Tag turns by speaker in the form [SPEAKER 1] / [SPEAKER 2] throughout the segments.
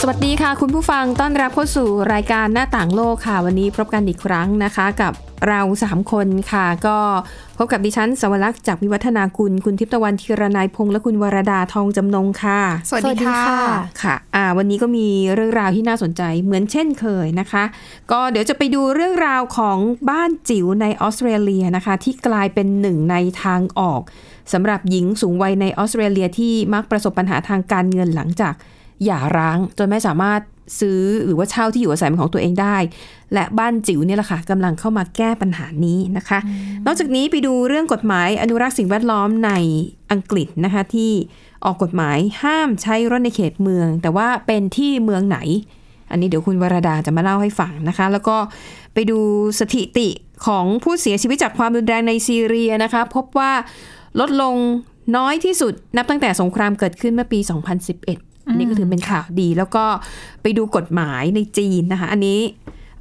[SPEAKER 1] สวัสดีค่ะ คุณผู้ฟังต้อนรับเข้าสู่รายการหน้าต่างโลกค่ะ วันนี้พบกันอีกครั้งนะคะกับเรา 3 คนค่ะ ก็พบกับดิฉันสวรักษ์จากวิวัฒนากุลคุณทิพย์ตะวันธีรนายพงษ์และคุณวรดาทองจำนงค่ะ
[SPEAKER 2] สวัสดีค่ะ
[SPEAKER 1] ค่ะอ่าวันนี้ก็มีเรื่องราวที่น่าสนใจเหมือนเช่นเคยนะคะ ก็เดี๋ยวจะไปดูเรื่องราวของบ้านจิ๋วในออสเตรเลียนะคะ ที่กลายเป็นหนึ่งในทางออกสำหรับหญิงสูงวัยในออสเตรเลียที่มักประสบปัญหาทางการเงินหลังจาก หย่าร้างจนไม่สามารถซื้อหรือว่าเช่าที่อยู่อาศัยเป็นของตัวเองได้ และบ้านจิ๋วเนี่ยแหละค่ะกำลังเข้ามาแก้ปัญหานี้นะคะ นอกจากนี้ไปดูเรื่องกฎหมายอนุรักษ์สิ่งแวดล้อมในอังกฤษนะคะ ที่ออกกฎหมายห้ามใช้รถในเขตเมือง แต่ว่าเป็นที่เมืองไหน อันนี้เดี๋ยวคุณวราดาจะมาเล่าให้ฟังนะคะ แล้วก็ไปดูสถิติของผู้เสียชีวิตจากความรุนแรงในซีเรียนะคะ พบว่าลดลงน้อยที่สุดนับตั้งแต่สงครามเกิดขึ้นเมื่อปี 2011 อันนี้ก็ถือเป็นข่าวดี แล้วก็ไปดูกฎหมายในจีนนะคะ อันนี้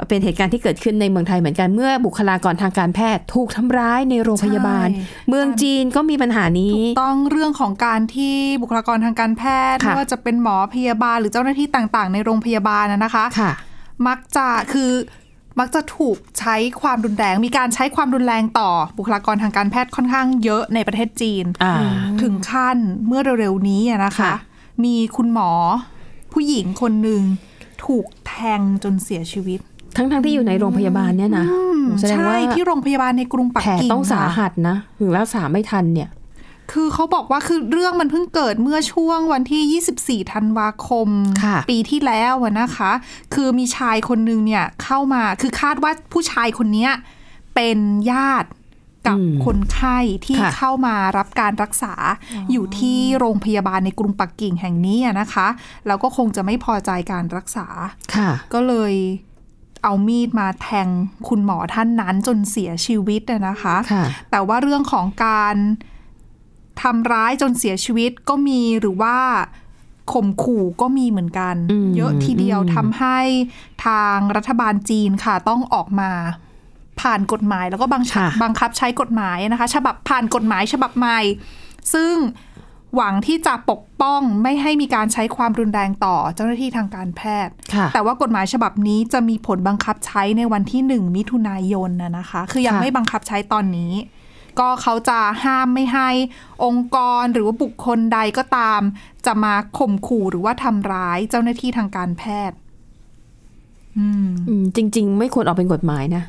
[SPEAKER 1] เป็นเหตุการณ์ที่เกิดขึ้นในเมืองไทยเหมือนกันเมื่อบุคลากรทางการแพทย์ถูกทำร้ายในโรงพยาบาล
[SPEAKER 2] ใช่
[SPEAKER 1] เมืองจีนก็มีปัญหานี้
[SPEAKER 2] ถูกต้องเรื่องของการที่บุคลากรทางการแพทย์
[SPEAKER 1] ค่ะ
[SPEAKER 2] ไม่ว่าจะเป็นหมอพยาบาลหรือเจ้าหน้าที่ต่างๆ ในโรงพยาบาลนะนะคะ
[SPEAKER 1] ค่ะ
[SPEAKER 2] มักจะคือมักจะถูกใช้ความรุนแรง มีการใช้ความรุนแรงต่อบุคลากรทางการแพทย์ค่อนข้างเยอะในประเทศจีน
[SPEAKER 1] อ่า
[SPEAKER 2] ถึงขั้นเมื่อเร็วๆนี้อะนะคะ
[SPEAKER 1] ค่ะ
[SPEAKER 2] มีคุณหมอ ผู้หญิงคนหนึ่งถูกแทงจนเสียชีวิต
[SPEAKER 1] ทั้งๆที่อยู่ในโรงพยาบาลเนี่ยนะแสดง
[SPEAKER 2] ใช่
[SPEAKER 1] ว่า
[SPEAKER 2] ที่โรงพยาบาลในกรุงปัก
[SPEAKER 1] แผล
[SPEAKER 2] กิ่ง
[SPEAKER 1] ต้องสา
[SPEAKER 2] ค่ะ
[SPEAKER 1] หัสนะถึงรักษาไม่ทันเนี่ย
[SPEAKER 2] คือเขาบอกว่าคือเรื่องมันเพิ่งเกิดเมื่อช่วงวันที่ 24 ธันวาคม
[SPEAKER 1] ค่ะ
[SPEAKER 2] ปีที่แล้วอะนะคะ คือมีชายคนนึงเนี่ยเข้ามาคือคาดว่าผู้ชายคนเนี้ยเป็นญาติกับคนไข้ที่
[SPEAKER 1] ค่ะ
[SPEAKER 2] เข้ามารับการรักษาอยู่ที่โรงพยาบาลในกรุงปักกิ่งแห่งนี้อะนะคะ แล้วก็คงจะไม่พอใจการรักษา
[SPEAKER 1] ค่ะ
[SPEAKER 2] ก็เลยเอามีดมาแทงคุณหมอท่านนั้นจนเสียชีวิตอะนะคะ
[SPEAKER 1] ค่ะ
[SPEAKER 2] แต่ว่าเรื่องของการทำร้ายจนเสียชีวิตก็มีหรือว่าข่มขู่ก็มีเหมือนกัน
[SPEAKER 1] อืม
[SPEAKER 2] เยอะทีเดียว
[SPEAKER 1] อืม
[SPEAKER 2] ทำให้ทางรัฐบาลจีนค่ะต้องออกมาผ่านกฎหมายแล้วก็บังคับ
[SPEAKER 1] ค่ะ
[SPEAKER 2] บังคับใช้กฎหมายนะคะ ฉบับผ่านกฎหมายฉบับใหม่ ซึ่งหวังที่จะปกป้องไม่ให้มีการใช้ความรุนแรงต่อเจ้าหน้าที่ทางการแพทย์
[SPEAKER 1] ค่ะ
[SPEAKER 2] แต่ว่ากฎหมายฉบับนี้จะมีผลบังคับใช้ในวันที่ 1 มิถุนายนนะนะคะ คือยัง
[SPEAKER 1] ค่ะ
[SPEAKER 2] ไม่บังคับใช้ตอนนี้ ก็เขาจะห้ามไม่ให้องค์กรหรือว่าบุคคลใดก็ตาม จะมาข่มขู่หรือว่าทำร้ายเจ้าหน้าที่ทางการแพทย์ อืม
[SPEAKER 1] อืมจริง ๆ ไม่ควรออกเป็นกฎหมายนะ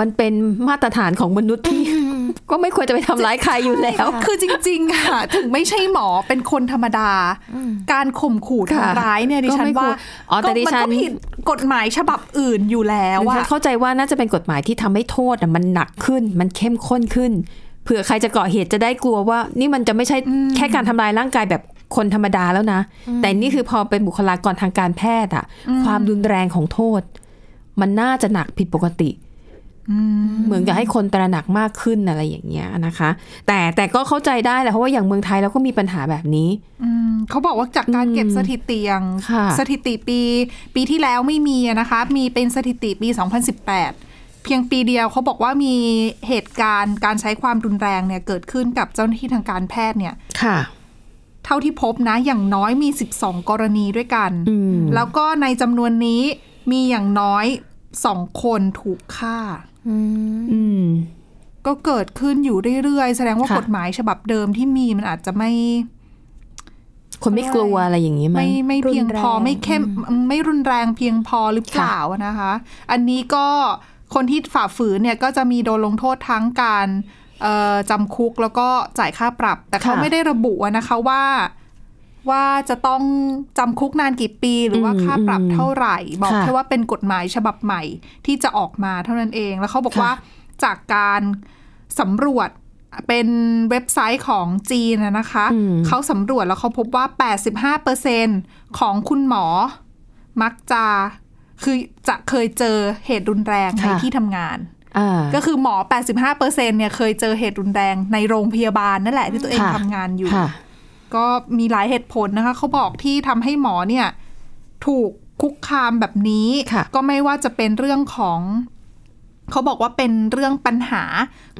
[SPEAKER 1] มันเป็นมาตรฐานของมนุษย์ที่ ก็ไม่ควรจะไปทำร้ายใครอยู่แล้ว
[SPEAKER 2] คือจริง ๆ ค่ะ ถึงไม่ใช่หมอเป็นคนธรรมดา การข่มขู่
[SPEAKER 1] ค่ะ
[SPEAKER 2] ทำร้ายเนี่ยดิฉัน
[SPEAKER 1] ก็ไม่คว
[SPEAKER 2] ว่าร
[SPEAKER 1] อ๋อแต่ดิฉัน
[SPEAKER 2] ก็มัก็ผิดกฎหมายฉบับอื่นอยู่แล้ว
[SPEAKER 1] ดิ
[SPEAKER 2] อะ
[SPEAKER 1] ฉันเข้าใจว่าน่าจะเป็นกฎหมายที่ทำให้โทษน่ะมันหนักขึ้น มันเข้มข้นขึ้นเผื่อใครจะก่อเหตุจะได้กลัวว่า นี่มันจะไม่ใช่แค่การทำลายร่างกายแบบคนธรรมดาแล้วนะ แต่นี่คือพอเป็นบุคลากรทางการแพทย์อะความรุนแรงของโทษ มันน่าจะหนักผิดปกติเหมือนกับให้คนตระหนักมากขึ้นอะไรอย่างเงี้ยนะคะ แต่แต่ก็เข้าใจได้แหละเพราะว่าอย่างเมืองไทยเราก็มีปัญหาแบบนี้
[SPEAKER 2] อืมเขาบอกว่าจากการเก็บสถิติอย่าง
[SPEAKER 1] ค่ะ
[SPEAKER 2] สถิติปี ปีที่แล้วไม่มีอะนะคะ มีเป็นสถิติปี 2018 เพียงปีเดียวเขาบอกว่ามีเหตุการณ์การใช้ความรุนแรงเนี่ยเกิดขึ้นกับเจ้าหน้าที่ทางการแพทย์เนี่ย
[SPEAKER 1] ค่ะ
[SPEAKER 2] เท่าที่พบนะอย่างน้อยมี 12 กรณีด้วยกัน
[SPEAKER 1] อืม
[SPEAKER 2] แล้วก็ในจำนวนนี้มีอย่างน้อยสองคนถูกฆ่า
[SPEAKER 1] อืม
[SPEAKER 2] ก็เกิดขึ้นอยู่เรื่อยๆ แสดงว่า
[SPEAKER 1] ค่ะ
[SPEAKER 2] กฎหมายฉบับเดิมที่มีมันอาจจะไม่
[SPEAKER 1] คนไม่กลัวอะไรอย่างงี้มั้
[SPEAKER 2] ไม่
[SPEAKER 1] ย
[SPEAKER 2] ไม่เพียงพอ
[SPEAKER 3] รุนแรง
[SPEAKER 2] ไม่เข้มไม่รุนแรงเพียงพอหรือเปล่านะคะ อันนี้ก็คนที่ฝ่าฝืนเนี่ยก็จะมีโดนลงโทษทั้งการเอ่อจำคุกแล้วก็จ่ายค่าปรับ แต่เขา
[SPEAKER 1] ค่ะ
[SPEAKER 2] ไม่ได้ระบุอะนะคะว่าว่าจะต้องจำคุกนานกี่ปีหรือว่า
[SPEAKER 1] อืม
[SPEAKER 2] ค่าปรับเท่าไหร่ บอก
[SPEAKER 1] ค่ะ
[SPEAKER 2] แค่ว่าเป็นกฎหมายฉบับใหม่ที่จะออกมาเท่านั้นเอง แล้วเขาบอกว่าจากการสำรวจเป็นเว็บไซต์ของจีนอะนะคะ
[SPEAKER 1] อืม
[SPEAKER 2] เขาสำรวจแล้วเขาพบว่า 85%ของคุณหมอ มักจะคือจะเคยเจอเหตุรุนแรงใน
[SPEAKER 1] ค่ะ
[SPEAKER 2] ที่ทำงาน
[SPEAKER 1] อ่า
[SPEAKER 2] ก็คือหมอ 85%เนี่ยเคยเจอเหตุรุนแรงในโรงพยาบาลนั่นแหละที่ตัวเอง
[SPEAKER 1] ค่ะ
[SPEAKER 2] ทำงานอยู่
[SPEAKER 1] ค่ะ
[SPEAKER 2] ก็มีหลายเหตุผลนะคะ เขาบอกที่ทำให้หมอเนี่ย ถูกคุกคามแบบนี้
[SPEAKER 1] ค่ะ
[SPEAKER 2] ก็ไม่ว่าจะเป็นเรื่องของ เขาบอกว่าเป็นเรื่องปัญหา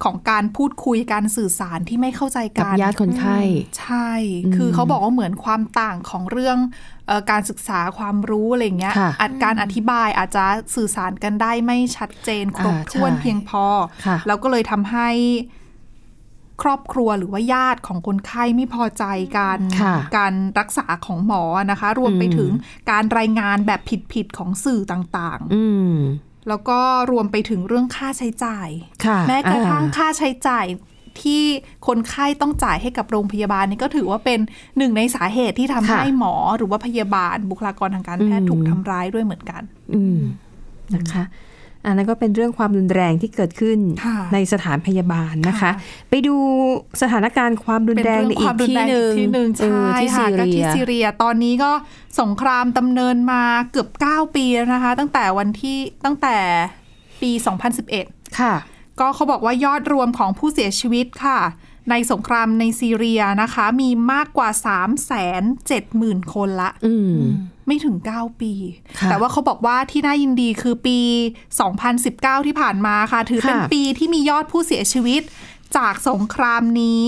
[SPEAKER 2] ของการพูดคุยการสื่อสารที่ไม่เข้าใจ
[SPEAKER 1] กับ
[SPEAKER 2] กัน
[SPEAKER 1] ญาติคนไข้
[SPEAKER 2] ใช่ คือเขาบอกว่าเหมือนความต่างของเรื่องเออการศึกษาความรู้อะไรเงี้ย
[SPEAKER 1] ค่ะ
[SPEAKER 2] อาจการอธิบายอาจจะสื่อสารกันได้ไม่ชัดเจนครบ
[SPEAKER 1] อ่า
[SPEAKER 2] ถ้วน
[SPEAKER 1] ใช่
[SPEAKER 2] เพียงพอ
[SPEAKER 1] ค่ะ
[SPEAKER 2] แล้วก็เลยทำให้ครอบครัวหรือว่าญาติของคนไข้ไม่พอใจการ
[SPEAKER 1] ค่ะ
[SPEAKER 2] การรักษาของหมอนะคะ รวมไป
[SPEAKER 1] อืม
[SPEAKER 2] ถึงการรายงานแบบผิดๆของสื่อต่าง
[SPEAKER 1] อืม
[SPEAKER 2] ๆ แล้วก็รวมไปถึงเรื่องค่าใช้จ่าย
[SPEAKER 1] ค่ะ
[SPEAKER 2] แม้กระทั่ง
[SPEAKER 1] อ่า
[SPEAKER 2] ค่าใช้จ่ายที่คนไข้ต้องจ่ายให้กับโรงพยาบาลนี่ก็ถือว่าเป็นหนึ่งในสาเหตุที่ทำ
[SPEAKER 1] ค่ะ
[SPEAKER 2] ให้หมอหรือว่าพยาบาลบุคลากรทางการแพทย์
[SPEAKER 1] อืม
[SPEAKER 2] ถูกทำร้ายด้วยเหมือนกัน
[SPEAKER 1] อืมนะคะ อันนั้นก็เป็นเรื่องความรุนแรงที่เกิดขึ้น
[SPEAKER 2] ค่ะ
[SPEAKER 1] ในสถานพยาบาลนะคะ
[SPEAKER 2] ค่ะ
[SPEAKER 1] ไปดูสถานการณ์ความรุน
[SPEAKER 2] เป็น
[SPEAKER 1] แรง
[SPEAKER 2] เรื่
[SPEAKER 1] ใน
[SPEAKER 2] อง
[SPEAKER 1] อี
[SPEAKER 2] ควาก มรุน
[SPEAKER 1] ที่
[SPEAKER 2] แรง
[SPEAKER 1] ห
[SPEAKER 2] อี
[SPEAKER 1] นึ่ง
[SPEAKER 2] กที่หนึ่ง
[SPEAKER 1] เอ
[SPEAKER 2] ใช่
[SPEAKER 1] อที่
[SPEAKER 2] ค่ะ
[SPEAKER 1] ซี
[SPEAKER 2] ก็
[SPEAKER 1] เรี
[SPEAKER 2] ที่
[SPEAKER 1] ย
[SPEAKER 2] ซีเรียตอนนี้ก็สงครามดำเนินมาเกือบ 9 ปีแล้วนะคะ ตั้งแต่วันที่ตั้งแต่ปี 2011
[SPEAKER 1] ค่ะ
[SPEAKER 2] ก็เขาบอกว่ายอดรวมของผู้เสียชีวิตค่ะ ในสงครามในซีเรียนะคะ มีมากกว่า 3 7 0 0 0 0 คนละ
[SPEAKER 1] อืม
[SPEAKER 2] ไม่ถึง 9 ปี
[SPEAKER 1] ค่ะ
[SPEAKER 2] แต่ว่าเขาบอกว่าที่น่ายินดีคือปี 2019 ที่ผ่านมาค่ะ ถือเป็น
[SPEAKER 1] ค่ะ
[SPEAKER 2] ปีที่มียอดผู้เสียชีวิตจากสงครามนี้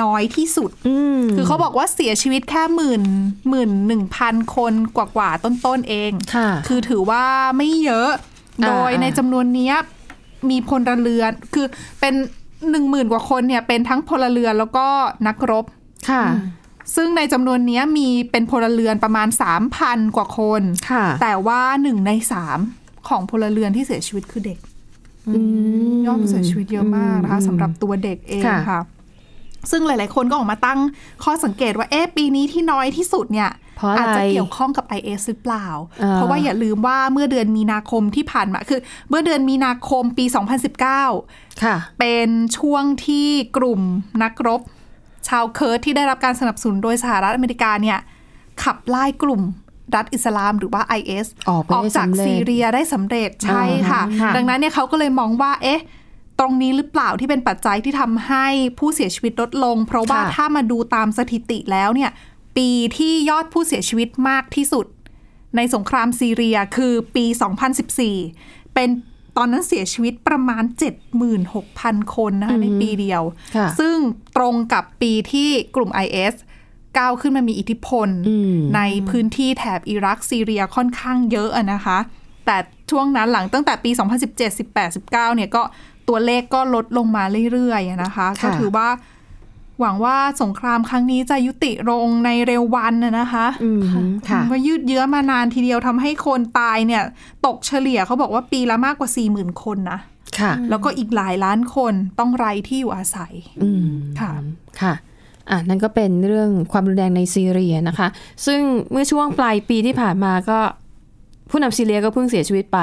[SPEAKER 2] น้อยที่สุด
[SPEAKER 1] อืม
[SPEAKER 2] คือเขาบอกว่าเสียชีวิตแค่หมื่นหมื่นหนึ่งพันคนกว่ากว่าๆต้นๆเอง
[SPEAKER 1] ค่ะ
[SPEAKER 2] คือถือว่าไม่เยอะ
[SPEAKER 1] อ่า
[SPEAKER 2] โดยใน
[SPEAKER 1] อ่า
[SPEAKER 2] จำนวนเนี้ยมีพลเรือน คือเป็นหนึ่งหมื่นกว่าคนเนี่ยเป็นทั้งพลเรือนแล้วก็นักรบ
[SPEAKER 1] ค่ะ
[SPEAKER 2] ซึ่งในจำนวนเนี้ยมีเป็นพลเรือนประมาณ 3,000 กว่าคน
[SPEAKER 1] ค่ะ
[SPEAKER 2] แต่ว่าหนึ่งในสามของพลเรือนที่เสียชีวิตคือเด็ก
[SPEAKER 1] ม
[SPEAKER 2] ยอดผู้เสียชีวิตเยอะมากนะคะสำหรับตัวเด็กเอง
[SPEAKER 1] ค่ะ
[SPEAKER 2] ค่ะ ซึ่งหลาย ๆ คนก็ออกมาตั้งข้อสังเกตว่าเอ๊ะปีนี้ที่น้อยที่สุดเนี่ย
[SPEAKER 1] เพราะอะไร
[SPEAKER 2] อาจจะเกี่ยวข้องกับ IS หรือเปล่า
[SPEAKER 1] เออ
[SPEAKER 2] เพราะว่าอย่าลืมว่าเมื่อเดือนมีนาคมที่ผ่านมาคือ เมื่อเดือนมีนาคมปี 2019
[SPEAKER 1] ค่ะ
[SPEAKER 2] เป็นช่วงที่กลุ่มนักรบ ชาวเคิร์ดที่ได้รับการสนับสนุนโดยสหรัฐอเมริกาเนี่ยขับไล่กลุ่มรัฐอิสลามหรือว่า IS
[SPEAKER 1] ออกไปได้
[SPEAKER 2] จาก
[SPEAKER 1] สำเร็จ
[SPEAKER 2] ซีเรียได้สำเร็จใช่ค่ะ
[SPEAKER 1] อ่าฮะ
[SPEAKER 2] ดังนั้นเนี่ยเขาก็เลยมองว่าเอ๊ะ ตรงนี้หรือเปล่าที่เป็นปัจจัยที่ทำให้ผู้เสียชีวิตลดลง เพราะว่า
[SPEAKER 1] ค่ะ
[SPEAKER 2] ถ้ามาดูตามสถิติแล้วเนี่ย ปีที่ยอดผู้เสียชีวิตมากที่สุด ในสงครามซีเรียคือปี 2014 เป็นตอนนั้นเสียชีวิตประมาณ 76,000 คนนะคะในปีเดียว
[SPEAKER 1] ค่ะ
[SPEAKER 2] ซึ่งตรงกับปีที่กลุ่ม IS ก้าวขึ้นมามีอิทธิพล
[SPEAKER 1] อืม
[SPEAKER 2] ในพื้นที่แถบอิรักซีเรียค่อนข้างเยอะอะนะคะ แต่ช่วงนั้นหลังตั้งแต่ปี 2017 18 19 เนี่ยก็ตัวเลขก็ลดลงมาเรื่อยๆอะนะคะ
[SPEAKER 1] ค่ะ
[SPEAKER 2] ก็ถือว่าหวังว่าสงครามครั้งนี้จะยุติลงในเร็ววันนะนะคะ
[SPEAKER 1] อืมค่ะ
[SPEAKER 2] ก็ยืดเยื้อมานานทีเดียวทำให้คนตายเนี่ย ตกเฉลี่ยเขาบอกว่าปีละมากกว่า 40,000 คนนะ
[SPEAKER 1] ค่ะ
[SPEAKER 2] แล้วก็อีกหลายล้านคนต้องไร้ที่อยู่อาศัย
[SPEAKER 1] อืม
[SPEAKER 2] ค่ะ
[SPEAKER 1] ค่ะ อ่ะ นั่นก็เป็นเรื่องความรุนแรงในซีเรียนะคะ ซึ่งเมื่อช่วงปลายปีที่ผ่านมาก็ ผู้นำซีเรียก็เพิ่งเสียชีวิตไป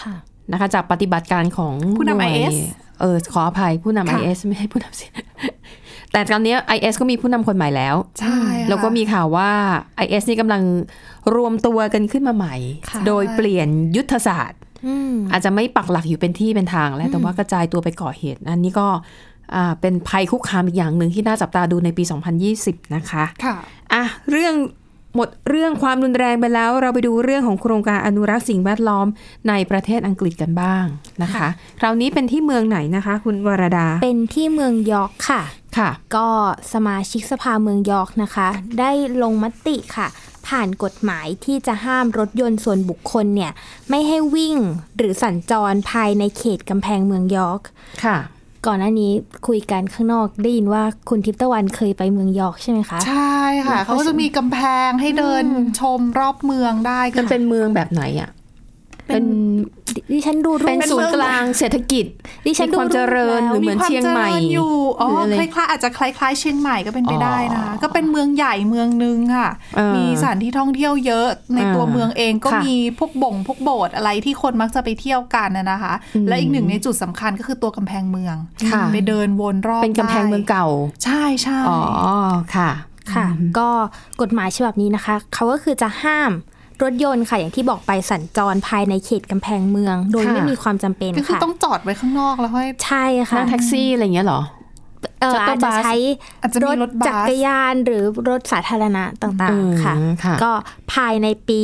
[SPEAKER 3] ค่ะ
[SPEAKER 1] นะคะ จากปฏิบัติการของ
[SPEAKER 2] ผู้นำ
[SPEAKER 1] หวย
[SPEAKER 2] IS
[SPEAKER 1] เออ ขออภัยผู้นำไอ
[SPEAKER 2] ค่ะ
[SPEAKER 1] เอสไม่ใช่ ผู้นำซี เรียแต่ตอนนี้ไอเอสก็มีผู้นำคนใหม่แล้ว
[SPEAKER 2] ใช่ค่ะ
[SPEAKER 1] แล้วก็มีข่าวว่า IS นี่กำลังรวมตัวกันขึ้นมาใหม่
[SPEAKER 3] ค่ะ
[SPEAKER 1] โดยเปลี่ยนยุทธศาสตร์
[SPEAKER 3] อืม
[SPEAKER 1] อาจจะไม่ปักหลักอยู่เป็นที่เป็นทางแล้ว แต่ว่ากระจายตัวไปก่อเหตุ อันนี้ก็อ่าเป็นภัยคุกคามอีกอย่างหนึ่งที่น่าจับตาดูในปี 2020 นะคะ
[SPEAKER 2] ค่ะ
[SPEAKER 1] อ่ะเรื่องหมดเรื่องความรุนแรงไปแล้ว เราไปดูเรื่องของโครงการอนุรักษ์สิ่งแวดล้อมในประเทศอังกฤษกันบ้างนะคะ คราวนี้เป็นที่เมืองไหนนะคะ คุณวรดา
[SPEAKER 3] เป็นที่เมืองยอร์กค่ะ
[SPEAKER 1] ค่ะ
[SPEAKER 3] ก็สมาชิกสภาเมืองยอร์กนะคะ ได้ลงมติค่ะ ผ่านกฎหมายที่จะห้ามรถยนต์ส่วนบุคคลเนี่ย ไม่ให้วิ่งหรือสัญจรภายในเขตกำแพงเมืองยอร์ก
[SPEAKER 1] ค่ะ
[SPEAKER 3] ก่อนหน้านี้คุยกันข้างนอกได้ยินว่าคุณทิพย์ตะวันเคยไปเมืองยอร์กใช่ไหมคะ
[SPEAKER 2] ใช่ค่ะ เขาก็จะมีกำแพงให้เดินชมรอบเมืองได้ค่ะ
[SPEAKER 1] มันเป็นเมืองแบบไหนอ่ะ เป็น
[SPEAKER 3] ดิดิฉันดูรู
[SPEAKER 1] เป็น
[SPEAKER 3] ป
[SPEAKER 1] ศูนย์กลางเศรษฐกิจ
[SPEAKER 3] ดิฉัน
[SPEAKER 1] มี
[SPEAKER 3] ดู
[SPEAKER 1] ความเจริญ
[SPEAKER 3] ป
[SPEAKER 1] หรือ
[SPEAKER 3] แล้ว
[SPEAKER 1] เหมืนเชียงใหม่
[SPEAKER 2] ควาเจริญอยู่ อ๋อ
[SPEAKER 1] หรืออะไร
[SPEAKER 2] คล้ายๆ อาจจะคล้ายๆ เชียงใหม่ก็เป็นไปได้นะ
[SPEAKER 1] อ๋อ
[SPEAKER 2] ก็เป็นเมืองใหญ่เมืองนึงค่ะ
[SPEAKER 1] เออ
[SPEAKER 2] มีสถานที่ท่องเที่ยวเยอะ ใน
[SPEAKER 1] อ่า
[SPEAKER 2] ตัวเมืองเองก็
[SPEAKER 1] ค่ะ
[SPEAKER 2] มีพวกบ่งพวกโบสถ์อะไรที่คนมักจะไปเที่ยวกันนะนะคะ
[SPEAKER 1] อืม
[SPEAKER 2] และอีกหนึ่งในจุดสำคัญก็คือตัวกำแพงเมือง
[SPEAKER 1] ค่ะ
[SPEAKER 2] ไปเดินวนรอบ
[SPEAKER 1] เป็นกำแพงเมืองเก่า
[SPEAKER 2] ใช่ใช่
[SPEAKER 1] อ๋อ ค่ะ
[SPEAKER 3] ค่ะ ก็กฎหมายฉบับนี้นะคะ เขาก็คือจะห้ามรถยนต์ค่ะ อย่างที่บอกไปสัญจรภายในเขตกำแพงเมือง โดย
[SPEAKER 1] ค่ะ
[SPEAKER 3] ไม่มีความจำเป็น
[SPEAKER 2] ก็คือ
[SPEAKER 3] ค่ะ
[SPEAKER 2] ต้องจอดไว้ข้างนอกแล้วให้
[SPEAKER 3] ใช่ค่ะ
[SPEAKER 1] นั่งแท็กซี่อะไรอย่างเงี้ยเหรอ
[SPEAKER 3] เอ่อ
[SPEAKER 2] Shuttle
[SPEAKER 3] อาจจะ
[SPEAKER 2] bus
[SPEAKER 3] ใช้
[SPEAKER 2] อาจจะมีรถบัส
[SPEAKER 3] จักรยานหรือรถสาธารณะต่างๆค่ะ
[SPEAKER 1] อืมค่ะ
[SPEAKER 3] ก็ภายในปี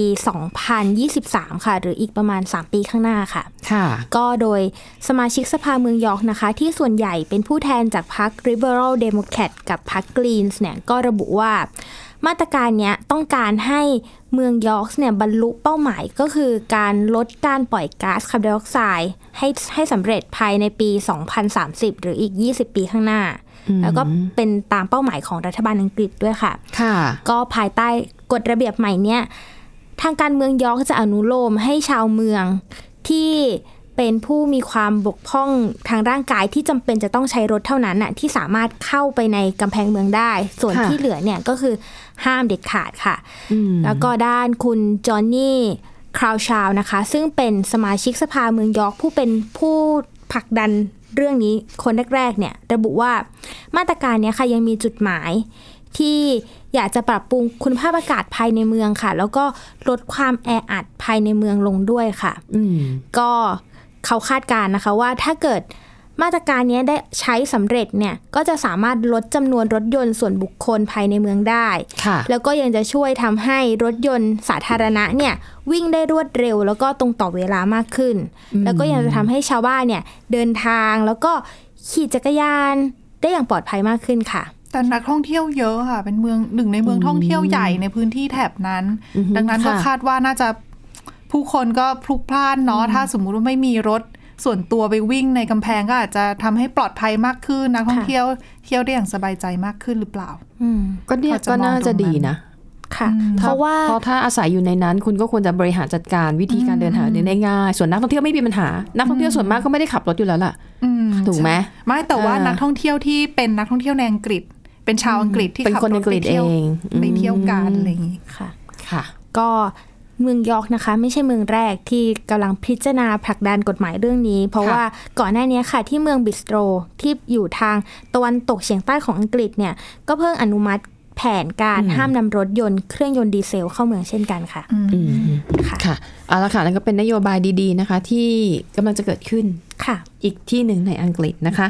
[SPEAKER 3] 2023 ค่ะ หรืออีกประมาณ 3 ปีข้างหน้าค่ะ
[SPEAKER 1] ค่ะ
[SPEAKER 3] ก็โดยสมาชิกสภาเมืองยอร์กนะคะ ที่ส่วนใหญ่เป็นผู้แทนจากพรรค Liberal Democrat กับพรรค Greens เนี่ยก็ระบุว่า มาตรการเนี้ยต้องการให้เมืองยอร์กเนี่ยบรรลุเป้าหมายก็คือการลดการปล่อยก๊าซคาร์บอนไดออกไซด์ให้ให้สำเร็จภายในปี 2030 หรืออีก 20 ปีข้างหน้า แล้วก็เป็นตามเป้าหมายของรัฐบาลอังกฤษด้วยค่ะ
[SPEAKER 1] ค่ะ
[SPEAKER 3] ก็ภายใต้กฎระเบียบใหม่เนี่ยทางการเมืองยอร์กจะอนุโลมให้ชาวเมืองที่เป็นผู้มีความบกพร่องทางร่างกายที่จำเป็นจะต้องใช้รถเท่านั้นน่ะที่สามารถเข้าไปในกำแพงเมืองได้ ส่วน
[SPEAKER 1] ค่ะ
[SPEAKER 3] ที่เหลือเนี่ยก็คือห้ามเด็ดขาดค่ะ
[SPEAKER 1] อืม
[SPEAKER 3] แล้วก็ด้านคุณจอห์นนี่คราวชาวนะคะ ซึ่งเป็นสมาชิกสภาเมืองยอร์กผู้เป็นผู้ผลักดันเรื่องนี้คนแรกๆเนี่ยระบุว่ามาตรการเนี้ยค่ะยังมีจุดหมาย ที่อยากจะปรับปรุงคุณภาพอากาศภายในเมืองค่ะ แล้วก็ลดความแออัดภายในเมืองลงด้วยค่ะ
[SPEAKER 1] อืม
[SPEAKER 3] ก็เขาคาดการณ์นะคะว่าถ้าเกิดมาตรการนี้ได้ใช้สำเร็จเนี่ยก็จะสามารถลดจำนวนรถยนต์ส่วนบุคคลภายในเมืองได้
[SPEAKER 1] ค่ะ
[SPEAKER 3] แล้วก็ยังจะช่วยทำให้รถยนต์สาธารณะเนี่ยวิ่งได้รวดเร็ว แล้วก็ตรงต่อเวลามากขึ้น แล้วก็ยังจะทำให้ชาวบ้านเนี่ยเดินทางแล้วก็ขี่จักรยานได้อย่างปลอดภัยมากขึ้นค่ะ
[SPEAKER 2] แต่นักท่องเที่ยวเยอะค่ะ เป็นเมืองหนึ่งในเมืองท่องเที่ยวใหญ่ในพื้นที่แถบนั้น
[SPEAKER 1] อือฮึ
[SPEAKER 2] ดังนั้นก็
[SPEAKER 1] ค่ะ
[SPEAKER 2] คาดว่าน่าจะผู้คนก็พลุกพล่านเนาะถ้าสมมุติว่าไม่มีรถส่วนตัวไปวิ่งในกำแพงก็อาจจะทำให้ปลอดภัยมากขึ้นนักท่อง
[SPEAKER 3] ค่ะ
[SPEAKER 2] เที่ยวเที่ยวได้อย่างสบายใจมากขึ้นหรือเปล่า
[SPEAKER 3] อืม
[SPEAKER 4] ก็เนี่ย
[SPEAKER 2] พอจะ
[SPEAKER 4] ก็น่าม
[SPEAKER 2] องตร
[SPEAKER 4] จะ
[SPEAKER 2] งนั้
[SPEAKER 4] ดี
[SPEAKER 2] น
[SPEAKER 4] นะ
[SPEAKER 3] ค่ะ
[SPEAKER 2] อืม
[SPEAKER 3] เพราะว่า
[SPEAKER 4] เพราะถ้าอาศัยอยู่ในนั้น คุณก็ควรจะบริหารจัดการวิธีการเดินทางเนี่ยได้ง่าย ส่วนนักท่องเที่ยวไม่มีปัญหา นักท่องเที่ยวส่วนมากก็ไม่ได้ขับรถอยู่แล้วล่ะ
[SPEAKER 2] อืม
[SPEAKER 4] ถูกไหม
[SPEAKER 2] ไม่แต่ว่า
[SPEAKER 4] อ่านั
[SPEAKER 2] นักท่องเที่ยวที่เป็นนักท่องเที่ยวในอังกฤษ เป็นชาวอังกฤษที่
[SPEAKER 4] เป็น
[SPEAKER 2] ขับ
[SPEAKER 4] คน
[SPEAKER 2] ร
[SPEAKER 4] อัง
[SPEAKER 2] ถ
[SPEAKER 4] ก
[SPEAKER 2] ไป
[SPEAKER 4] ฤษเอ
[SPEAKER 2] เที่ยว
[SPEAKER 4] ง
[SPEAKER 2] ไปเที่ยวกันอะไรอย่างงี้
[SPEAKER 3] ค่ะ
[SPEAKER 4] ค่ะ
[SPEAKER 3] ก็เมืองยอร์กนะคะ ไม่ใช่เมืองแรกที่กำลังพิจารณาผลักดันกฎหมายเรื่องนี้ เพราะ
[SPEAKER 4] ค่ะ
[SPEAKER 3] ว่าก่อนหน้านี้ค่ะ ที่เมืองบิสโตรที่อยู่ทางตะวันตกเฉียงใต้ของอังกฤษเนี่ย ก็เพิ่งอนุมัติแผนการห้ามนำรถยนต์เครื่องยนต์ดีเซลเข้าเมืองเช่นกันค่ะ
[SPEAKER 4] อืม
[SPEAKER 3] ค่ะ
[SPEAKER 4] ค่ะเอาละค่ะนั่นก็เป็นนโยบายดีๆนะคะ ที่กำลังจะเกิดขึ้น
[SPEAKER 3] ค่ะ
[SPEAKER 4] อีกที่หนึ่งในอังกฤษนะคะ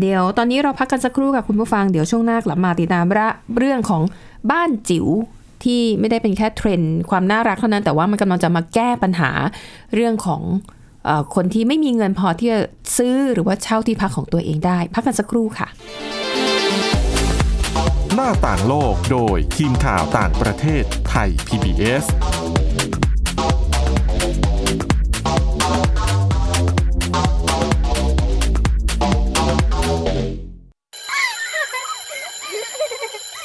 [SPEAKER 4] เดี๋ยวตอนนี้เราพักกันสักครู่กับคุณผู้ฟังเดี๋ยวช่วงหน้ากลับมาติดตามระเรื่องของบ้านจิ๋วที่ไม่ได้เป็นแค่เทรนด์ความน่ารักเท่านั้น แต่ว่ามันกำลังจะมาแก้ปัญหาเรื่องของเออคนที่ไม่มีเงินพอที่จะซื้อหรือว่าเช่าที่พักของตัวเองได้ พักกันสักครู่ค่ะ
[SPEAKER 5] หน้าต่างโลกโดยทีมข่าวต่างประเทศไทย PBS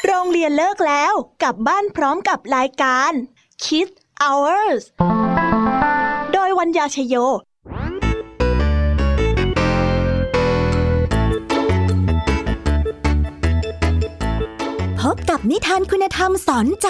[SPEAKER 6] โรงเรียนเลิกแล้วกลับบ้านพร้อมกับรายการ Kids Hours โดยวัญญาชยโย
[SPEAKER 7] พบกับนิทานคุณธรรมสอนใจ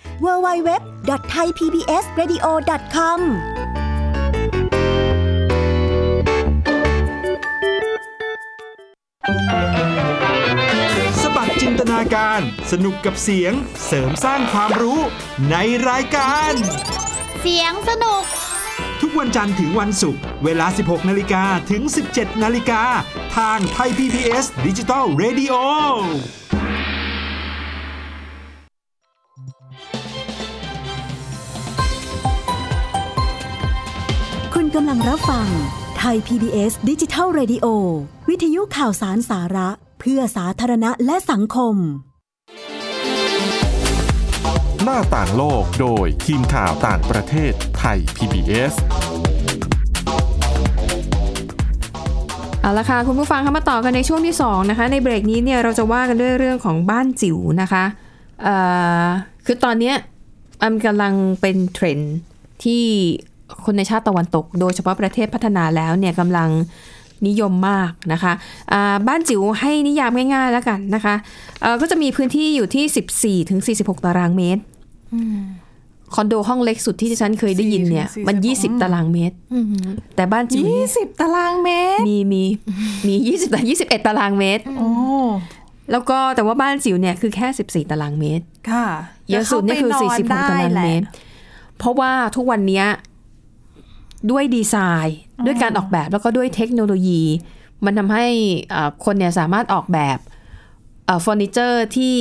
[SPEAKER 7] www.thaipbsradio.com
[SPEAKER 8] สบัดจินตนาการ สนุกกับเสียง เสริมสร้างความรู้ในรายการ
[SPEAKER 3] เสียงสนุก
[SPEAKER 8] ทุกวันจันทร์ถึงวันศุกร์เวลา 16 นาฬิกาถึง 17 นาฬิกา ทางไทย PPS ดิจิตอล Radio
[SPEAKER 7] คุณกำลังรับฟังไทย PBS ดิจิทัล Radio วิทยุข่าวสารสาระ เพื่อสาธารณะและสังคม
[SPEAKER 5] หน้าต่างโลกโดยทีมข่าวต่างประเทศไทย PBS
[SPEAKER 1] เอาละค่ะคุณผู้ฟังคะมาต่อกันในช่วงที่สองนะคะในเบรกนี้เนี่ยเราจะว่ากันด้วยเรื่องของบ้านจิ๋วนะคะเอ่อคือตอนเนี้ยมันกำลังเป็นเทรนด์ที่คนในชาติตะวันตก โดยเฉพาะประเทศพัฒนาแล้วเนี่ยกำลัง นิยมมากนะคะอ่าบ้านจิ๋วให้นิยามง่ายๆแล้วกันนะคะเอ่อก็จะมีพื้นที่อยู่ที่ 14ถึง46 ตารางเมตรคอนโดห้องเล็กสุดที่ที่ฉันเคยได้ยินเนี่ย มัน
[SPEAKER 2] 40
[SPEAKER 1] 20 ตารางเมตร แต่บ้านจิ๋ว
[SPEAKER 2] ยี่
[SPEAKER 1] นี่
[SPEAKER 2] สิบตารางเมตร
[SPEAKER 1] มีมีมี20แต่21 ตารางเมตร
[SPEAKER 2] โอ้
[SPEAKER 1] แล้วก็แต่ว่าบ้านจิ๋วเนี่ยคือแค่ 14 ตารางเมตร
[SPEAKER 2] ค่ะ
[SPEAKER 1] เยอะสุดนี่คือ
[SPEAKER 2] แล้ว
[SPEAKER 1] 46
[SPEAKER 2] เข้
[SPEAKER 1] ตา
[SPEAKER 2] ไป
[SPEAKER 1] ราง
[SPEAKER 2] นอ
[SPEAKER 1] เม
[SPEAKER 2] นได้แหละ
[SPEAKER 1] ตร เพราะว่าทุกวันเนี้ยด้วยดีไซน์ ด้วยการออกแบบแล้วก็ด้วยเทคโนโลยี มันทำให้เอ่อคนเนี่ยสามารถออกแบบเอ่อเฟอร์นิเจอร์ที่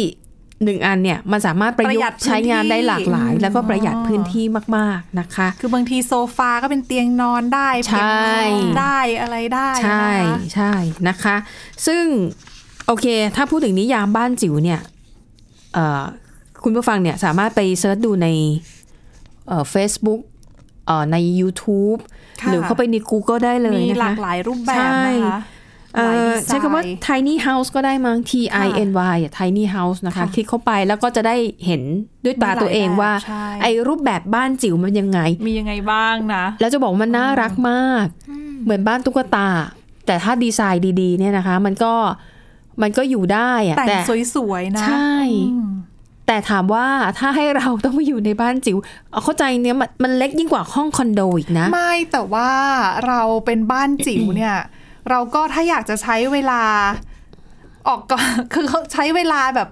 [SPEAKER 1] หนึ่งอันเนี่ยมันสามารถประยุกต์ใช้งานได้หลากหลาย แล้วก็ประหยัดพื้นที่มาก ๆนะคะ
[SPEAKER 2] คือบางทีโซฟาก็เป็นเตียงนอนได้
[SPEAKER 1] ใช่
[SPEAKER 2] เตียงนอนได้อะไรได้
[SPEAKER 1] ใช่
[SPEAKER 2] นะคะ
[SPEAKER 1] ใช่นะคะ ซึ่งโอเค ถ้าพูดถึงนิยามบ้านจิ๋วเนี่ยเอ่อคุณผู้ฟังเนี่ยสามารถไปเซิร์ชดูในเอ่อ Facebook เอ่อใน YouTube
[SPEAKER 2] ค่ะ
[SPEAKER 1] หรือเข้าไปใน Google ได้เลย
[SPEAKER 2] มี
[SPEAKER 1] นะคะ
[SPEAKER 2] หลากหลายรูปแบบนะคะ
[SPEAKER 1] เอ่
[SPEAKER 2] หลาย
[SPEAKER 1] อ
[SPEAKER 2] ดีไซน์
[SPEAKER 1] ใช้คำว่า tiny house ก็ได้มั้ง T I N Y อะ tiny house นะคะ
[SPEAKER 2] ค่ะ
[SPEAKER 1] คลิกเข้าไปแล้วก็จะได้เห็นด้วยตาตัวเองว่า
[SPEAKER 2] มีหลายแบบใช่
[SPEAKER 1] ไอ้รูปแบบบ้านจิ๋วมันยังไง
[SPEAKER 2] มียังไงบ้างนะ
[SPEAKER 1] แล้วจะบอกว่ามันน่ารักมาก เหมือนบ้านตุ๊กตา แต่ถ้าดีไซน์ดีๆ เนี่ยนะคะ มันก็มันก็อยู่ได้อะ
[SPEAKER 2] แต่งสวยๆนะ
[SPEAKER 1] ใช่
[SPEAKER 2] อืม
[SPEAKER 1] แต่ถามว่าถ้าให้เราต้องไปอยู่ในบ้านจิ๋วเอาเข้าใจเนี่ยมันมันเล็กยิ่งกว่าห้องคอนโดอีกนะ
[SPEAKER 2] ไม่แต่ว่าเราเป็นบ้านจิ๋วเนี่ย เราก็ถ้าอยากจะใช้เวลา ออกก็ คือเขาใช้เวลาแบบ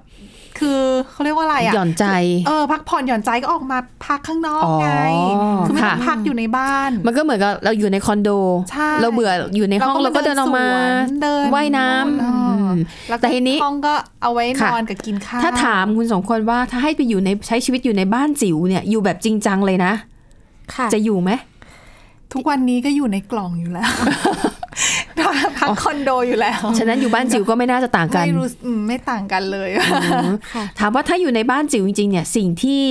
[SPEAKER 2] คือเขาเรียกว่าอะไรอ่ะ
[SPEAKER 1] หย่อนใจ
[SPEAKER 2] เออ พักผ่อนหย่อนใจก็ออกมาพักข้างนอกไง
[SPEAKER 1] อ๋อ
[SPEAKER 2] คือไม่ต้อง
[SPEAKER 1] ค่ะ
[SPEAKER 2] พักอยู่ในบ้าน
[SPEAKER 1] มันก็เหมือนกับเราอยู่ในคอนโด
[SPEAKER 2] ใช่
[SPEAKER 1] เราเบื่ออยู่ในห้องเราก็เดินออกมา
[SPEAKER 2] สวนเดิน
[SPEAKER 1] ว่ายน้ำ
[SPEAKER 2] เอ
[SPEAKER 1] อื
[SPEAKER 2] อ
[SPEAKER 1] ม
[SPEAKER 2] แล้วก็
[SPEAKER 1] แต่ทีนี้
[SPEAKER 2] ห้องก็เอาไว้น
[SPEAKER 1] ค่ะ
[SPEAKER 2] อนกับกินข้าว
[SPEAKER 1] ถ้าถามคุณสองคนว่าถ้าให้ไปอยู่ในใช้ชีวิตอยู่ในบ้านจิ๋วเนี่ยอยู่แบบจริงจังเลยนะ
[SPEAKER 3] ค่ะ
[SPEAKER 1] จะอยู่ไหม
[SPEAKER 2] ทุกวันนี้ก็อยู่ในกล่องอยู่แล้ว พักคอนโดอยู่แล้ว
[SPEAKER 1] ฉะนั้นอยู่บ้านจิ๋วก็ไม่น่าจะต่างกัน
[SPEAKER 2] ไม่รู้อืมไม่ต่างกันเลย
[SPEAKER 3] ค่ะ
[SPEAKER 1] ถามว่าถ้าอยู่ในบ้านจิ๋วจริงๆเนี่ยสิ่งที่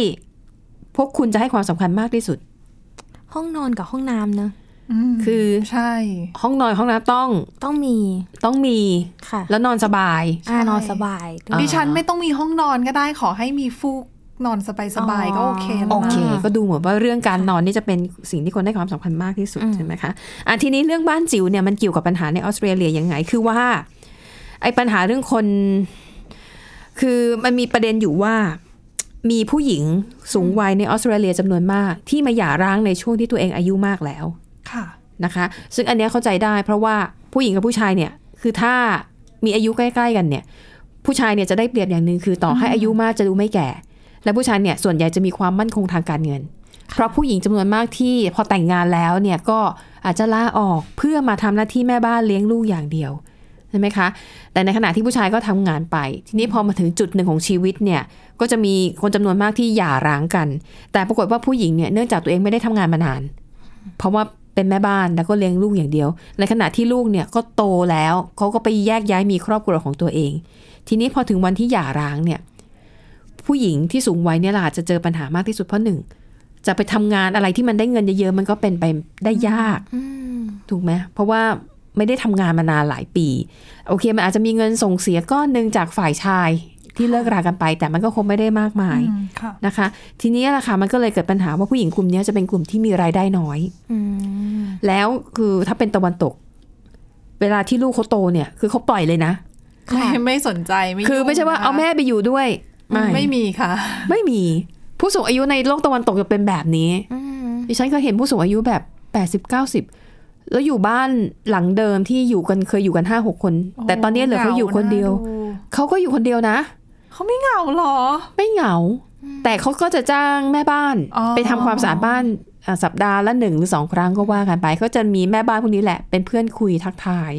[SPEAKER 1] พวกคุณจะให้ความสำคัญมากที่สุด
[SPEAKER 3] ห้องนอนกับห้องน้ำเนอะ
[SPEAKER 2] ม
[SPEAKER 1] คือ
[SPEAKER 2] ใช่
[SPEAKER 1] ห้องนอนห้องน้ำต้อง
[SPEAKER 3] ต้องมี
[SPEAKER 1] ต้องมี
[SPEAKER 3] ค่ะ
[SPEAKER 1] แล้วนอนสบาย
[SPEAKER 3] อ่านอนสบายด้ว
[SPEAKER 1] อ่า
[SPEAKER 3] ย
[SPEAKER 2] ดิฉันไม่ต้องมีห้องนอนก็ได้ขอให้มีฟูกนอนสบายๆ
[SPEAKER 3] อ๋อ
[SPEAKER 2] ก็โอเคแล้ว
[SPEAKER 1] โอเค
[SPEAKER 2] นะ
[SPEAKER 1] ก็ดูเหมือนว่าเรื่องการนอนนี่จะเป็นสิ่งที่คนให้ความสำคัญมากที่สุดใช่ไหมคะอ่ะทีนี้เรื่องบ้านจิ๋วเนี่ยมันเกี่ยวกับปัญหาในออสเตรเลียยังไง คือว่าไอ้ปัญหาเรื่องคน คือมันมีประเด็นอยู่ว่า มีผู้หญิงสูงวัยในออสเตรเลียจำนวนมาก ที่มาหย่าร้างในช่วงที่ตัวเองอายุมากแล้ว
[SPEAKER 2] ค่ะ
[SPEAKER 1] นะคะซึ่งอันเนี้ยเข้าใจได้เพราะว่าผู้หญิงกับผู้ชายเนี่ยคือถ้ามีอายุใกล้ๆกันเนี่ยผู้ชายเนี่ยจะได้เปรียบอย่างหนึ่งคือต่อให้อายุมากจะดูไม่แก่ และผู้ชายเนี่ยส่วนใหญ่จะมีความมั่นคงทางการเงิน เพราะผู้หญิงจำนวนมากที่พอแต่งงานแล้วเนี่ยก็อาจจะลาออกเพื่อมาทำหน้าที่แม่บ้านเลี้ยงลูกอย่างเดียวใช่ไหมคะแต่ในขณะที่ผู้ชายก็ทำงานไป ทีนี้พอมาถึงจุดหนึ่งของชีวิตเนี่ยก็จะมีคนจำนวนมากที่หย่าร้างกัน แต่ปรากฏว่าผู้หญิงเนี่ยเนื่องจากตัวเองไม่ได้ทำงานมานาน เพราะว่าเป็นแม่บ้านแล้วก็เลี้ยงลูกอย่างเดียว ในขณะที่ลูกเนี่ยก็โตแล้วเขาก็ไปแยกย้ายมีครอบครัวของตัวเอง ทีนี้พอถึงวันที่หย่าร้างเนี่ย ผู้หญิงที่สูงวัยเนี่ยล่ะอาจจะเจอปัญหามากที่สุดเพราะหนึ่งจะไปทำงานอะไรที่มันได้เงินเยอะๆมันก็เป็นไปได้ยาก ถูกไหมเพราะว่าไม่ได้ทำงานมานานหลายปี โอเค มันอาจจะมีเงินส่งเสียก้อนหนึ่งจากฝ่ายชายที่เลิกรากันไป แต่มันก็คงไม่ได้มากมาย
[SPEAKER 2] อืมค่ะ
[SPEAKER 1] นะคะทีนี้แหละค่ะมันก็เลยเกิดปัญหาว่าผู้หญิงกลุ่มเนี้ยจะเป็นกลุ่มที่มีรายได้น้อย แล้วคือถ้าเป็นตะวันตก เวลาที่ลูกเขาโตเนี่ยคือเขาปล่อยเลยนะ
[SPEAKER 2] ไม่ไม่สนใจไม่
[SPEAKER 1] คือไม่ใช่ว่า
[SPEAKER 2] ยุ่งนะ
[SPEAKER 1] เอาแม่ไปอยู่ด้วย ไม่
[SPEAKER 2] ไม่มีค่ะ
[SPEAKER 1] ไม่มี ผู้สูงอายุในโลกตะวันตกจะเป็นแบบนี้ดิฉันเคยเห็นผู้สูงอายุแบบแปดสิบเก้าสิบแล้วอยู่บ้านหลังเดิมที่อยู่กันเคยอยู่กันห้าหกคน แต่ตอนนี้เหลือเขาอยู่คนเดียว
[SPEAKER 2] โอ้
[SPEAKER 1] เขาก็อยู่คนเดียวนะ
[SPEAKER 2] เขาไม่เหงาเหรอ
[SPEAKER 1] ไม่เหงา แต่เขาก็จะจ้างแม่บ้าน
[SPEAKER 2] อ๋อ
[SPEAKER 1] ไปทำความสะอาดบ้านอ่าสัปดาห์ละหนึ่งหรือสองครั้งก็ว่ากันไป ก็จะมีแม่บ้านพวกนี้แหละ เป็นเพื่อนคุยทักทาย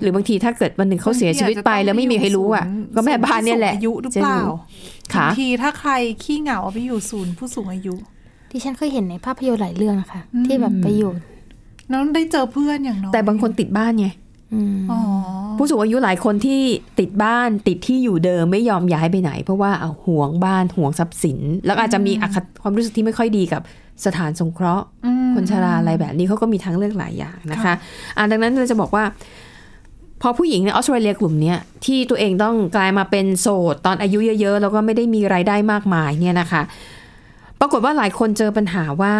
[SPEAKER 1] หรือบางทีถ้าเกิดวันหนึ่งเขาเสียชีวิตไป แล้วไม่มีใครรู้อ่ะ
[SPEAKER 2] ศูย์
[SPEAKER 1] ก็แม่บ้านเนี่ยแหละ
[SPEAKER 2] ศูย์ผู้สูงอายุหรือเปล่าบา
[SPEAKER 1] ค่ะ
[SPEAKER 2] งทีถ้าใครขี้เหงาเอาไปอยู่ศูนย์ผู้สูงอายุ
[SPEAKER 3] ดิฉันเคยเห็นในภาพยนตร์หลายเรื่องนะคะ
[SPEAKER 2] อืม
[SPEAKER 3] ที่แบบไปอยู่
[SPEAKER 2] แล้วได้เจอเพื่อนอย่างน้อย
[SPEAKER 1] แต่บางคนติดบ้านไง
[SPEAKER 3] อืม
[SPEAKER 2] อ๋อ
[SPEAKER 1] ผู้สูงอายุหลายคนที่ติดบ้านติดที่อยู่เดิมไม่ยอมย้ายไปไหน เพราะว่าเอาห่วงบ้านห่วงทรัพย์สิน แล้วอาจจะมีอคติความรู้สึกที่ไม่ค่อยดีกับสถานสงเคราะห์
[SPEAKER 2] อืม
[SPEAKER 1] คนชราอะไรแบบนี้เขาก็มีทางเลือกหลายอย่างนะคะอ่ะดังนั้นเราจะบอกว่า พอผู้หญิงในออสเตรเลียกลุ่มเนี้ยที่ตัวเองต้องกลายมาเป็นโสดตอนอายุเยอะ ๆ แล้วก็ไม่ได้มีรายได้มากมายเนี่ยนะคะ ปรากฏว่าหลายคนเจอปัญหาว่า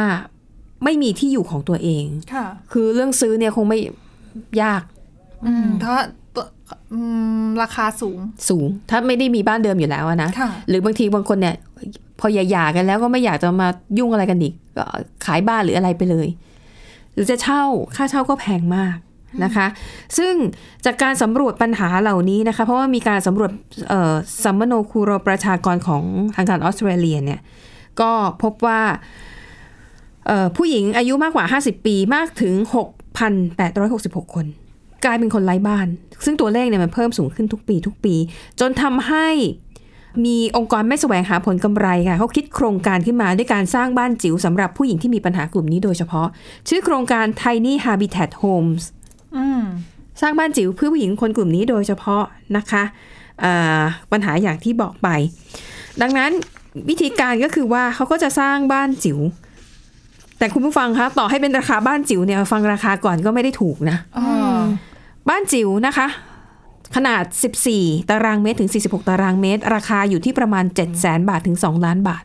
[SPEAKER 1] ไม่มีที่อยู่ของตัวเอง
[SPEAKER 2] ค่ะ
[SPEAKER 1] คือเรื่องซื้อเนี่ยคงไม่ยาก
[SPEAKER 2] อืมถ้าตัวอืมราคาสูง
[SPEAKER 1] สูง ถ้าไม่ได้มีบ้านเดิมอยู่แล้วอนะ
[SPEAKER 2] ค่ะ
[SPEAKER 1] หรือบางทีบางคนเนี่ย พอหย่าๆกันแล้วก็ไม่อยากจะมายุ่งอะไรกันอีกก็ขายบ้านหรืออะไรไปเลย หรือจะเช่าค่าเช่าก็แพงมากนะคะ ซึ่งจากการสำรวจปัญหาเหล่านี้นะคะ เพราะว่ามีการสำรวจเอ่อสัมมโนครูโรประชากรของทางการออสเตรเลียเนี่ย ก็พบว่า เอ่อผู้หญิงอายุมากกว่า 50 ปีมากถึง 6,866 คน กลายเป็นคนไร้บ้าน ซึ่งตัวเลขเนี่ยมันเพิ่มสูงขึ้นทุกปีทุกปี จนทำให้มีองค์กรไม่แสวงหาผลกำไรค่ะเขาคิดโครงการขึ้นมาด้วยการสร้างบ้านจิ๋วสำหรับผู้หญิงที่มีปัญหากลุ่มนี้โดยเฉพาะ ชื่อโครงการ Tiny Habitat Homes
[SPEAKER 2] อืม
[SPEAKER 1] สร้างบ้านจิ๋วเพื่อผู้หญิงคนกลุ่มนี้โดยเฉพาะนะคะเอ่อปัญหาอย่างที่บอกไป ดังนั้นวิธีการก็คือว่าเขาก็จะสร้างบ้านจิ๋วแต่คุณผู้ฟังคะต่อให้เป็นราคาบ้านจิ๋วเนี่ยฟังราคาก่อนก็ไม่ได้ถูกนะ
[SPEAKER 2] อ่า
[SPEAKER 1] บ้านจิ๋วนะคะ ขนาด 14 ตารางเมตรถึง 46 ตารางเมตร ราคาอยู่ที่ประมาณ 7 0 0 0 0 0 บาทถึง 2 ล้านบาท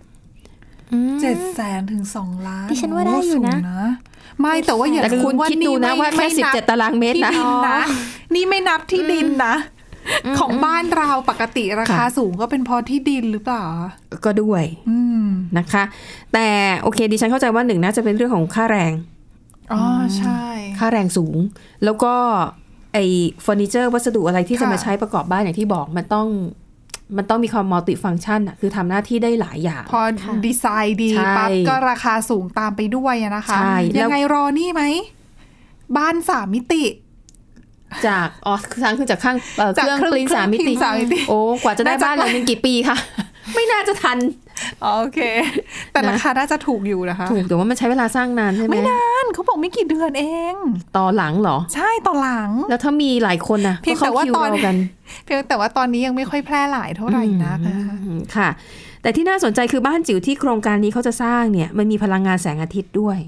[SPEAKER 3] อืม
[SPEAKER 2] เจ็ดแสนถึงสองล้าน
[SPEAKER 3] ดิฉันว่าได้อยู่นะ
[SPEAKER 2] โสูงไม่แต่ว่าอย่า
[SPEAKER 1] แต่
[SPEAKER 2] ลืม
[SPEAKER 1] คุณ
[SPEAKER 2] ว่า
[SPEAKER 1] คิดดูนะว่าแค่
[SPEAKER 2] ไม่นั
[SPEAKER 1] 17 ตารางเมตร
[SPEAKER 2] ที่
[SPEAKER 1] นะ
[SPEAKER 2] ดินนะนี่ไม่นับที่ดินนะ ของบ้านเราปกติราคา
[SPEAKER 1] ค่ะ
[SPEAKER 2] สูงก็เป็นเพอที่ดินหรือเปล่า
[SPEAKER 1] ก็ด้วย
[SPEAKER 2] อืม
[SPEAKER 1] นะคะ แต่โอเคดิฉันเข้าใจว่าหนึ่งน่าจะเป็นเรื่องของค่าแรง
[SPEAKER 2] อ๋ออใช่
[SPEAKER 1] ค่าแรงสูง แล้วก็ไอเฟอร์นิเจอร์วัสดุอะไรที่จะ
[SPEAKER 2] ค่ะ
[SPEAKER 1] มาใช้ประกอบบ้านอย่างที่บอกมันต้องมันต้องมีความมัลติฟังก์ชันอะคือทำหน้าที่ได้หลายอย่าง
[SPEAKER 2] พอดีไซน์ดี
[SPEAKER 1] ใช่
[SPEAKER 2] ปั๊บก็ราคาสูงตามไปด้วยอะนะคะ
[SPEAKER 1] ใช่แล้ว
[SPEAKER 2] ยังไงรอนี่ไหม บ้านสามมิติ
[SPEAKER 1] จากอ๋อทางขึ้นจากข้างเอ่อเค
[SPEAKER 2] จาก
[SPEAKER 1] รื่อง
[SPEAKER 2] เครื่อง
[SPEAKER 1] ปริ้นสามมิ
[SPEAKER 2] เค
[SPEAKER 1] ติ
[SPEAKER 2] รื่องพิมพ์สามมิติ
[SPEAKER 1] โอ้กว่าจะได้
[SPEAKER 2] น่าจะ
[SPEAKER 1] บ้านหลังหนึงกี่ปีคะ ไม่น่าจะทัน
[SPEAKER 2] โอเค แต่
[SPEAKER 1] นะ
[SPEAKER 2] ราคาน่าจะถูกอยู่นะคะ
[SPEAKER 1] ถูกแต่ว่ามันใช้เวลาสร้างนานใช่ไหม
[SPEAKER 2] ไม่นานเขาบอกไม่กี่เดือนเอง
[SPEAKER 1] ต่อหลังเหรอ
[SPEAKER 2] ใช่ต่อหลัง
[SPEAKER 1] แล้วถ้ามีหลายคนนะ
[SPEAKER 2] เพียงแต่ว่า
[SPEAKER 1] ก็เข้คิ
[SPEAKER 2] ตอน
[SPEAKER 1] เร กัน
[SPEAKER 2] เพียงแต่ว่าตอนนี้ยังไม่ค่อยแพร่หลายเท่าไหร่นักนะคะ
[SPEAKER 1] อืมค่ะ แต่ที่น่าสนใจคือบ้านจิ๋วที่โครงการนี้เขาจะสร้างเนี่ยมันมีพลังงานแสงอาทิตย์ด้วย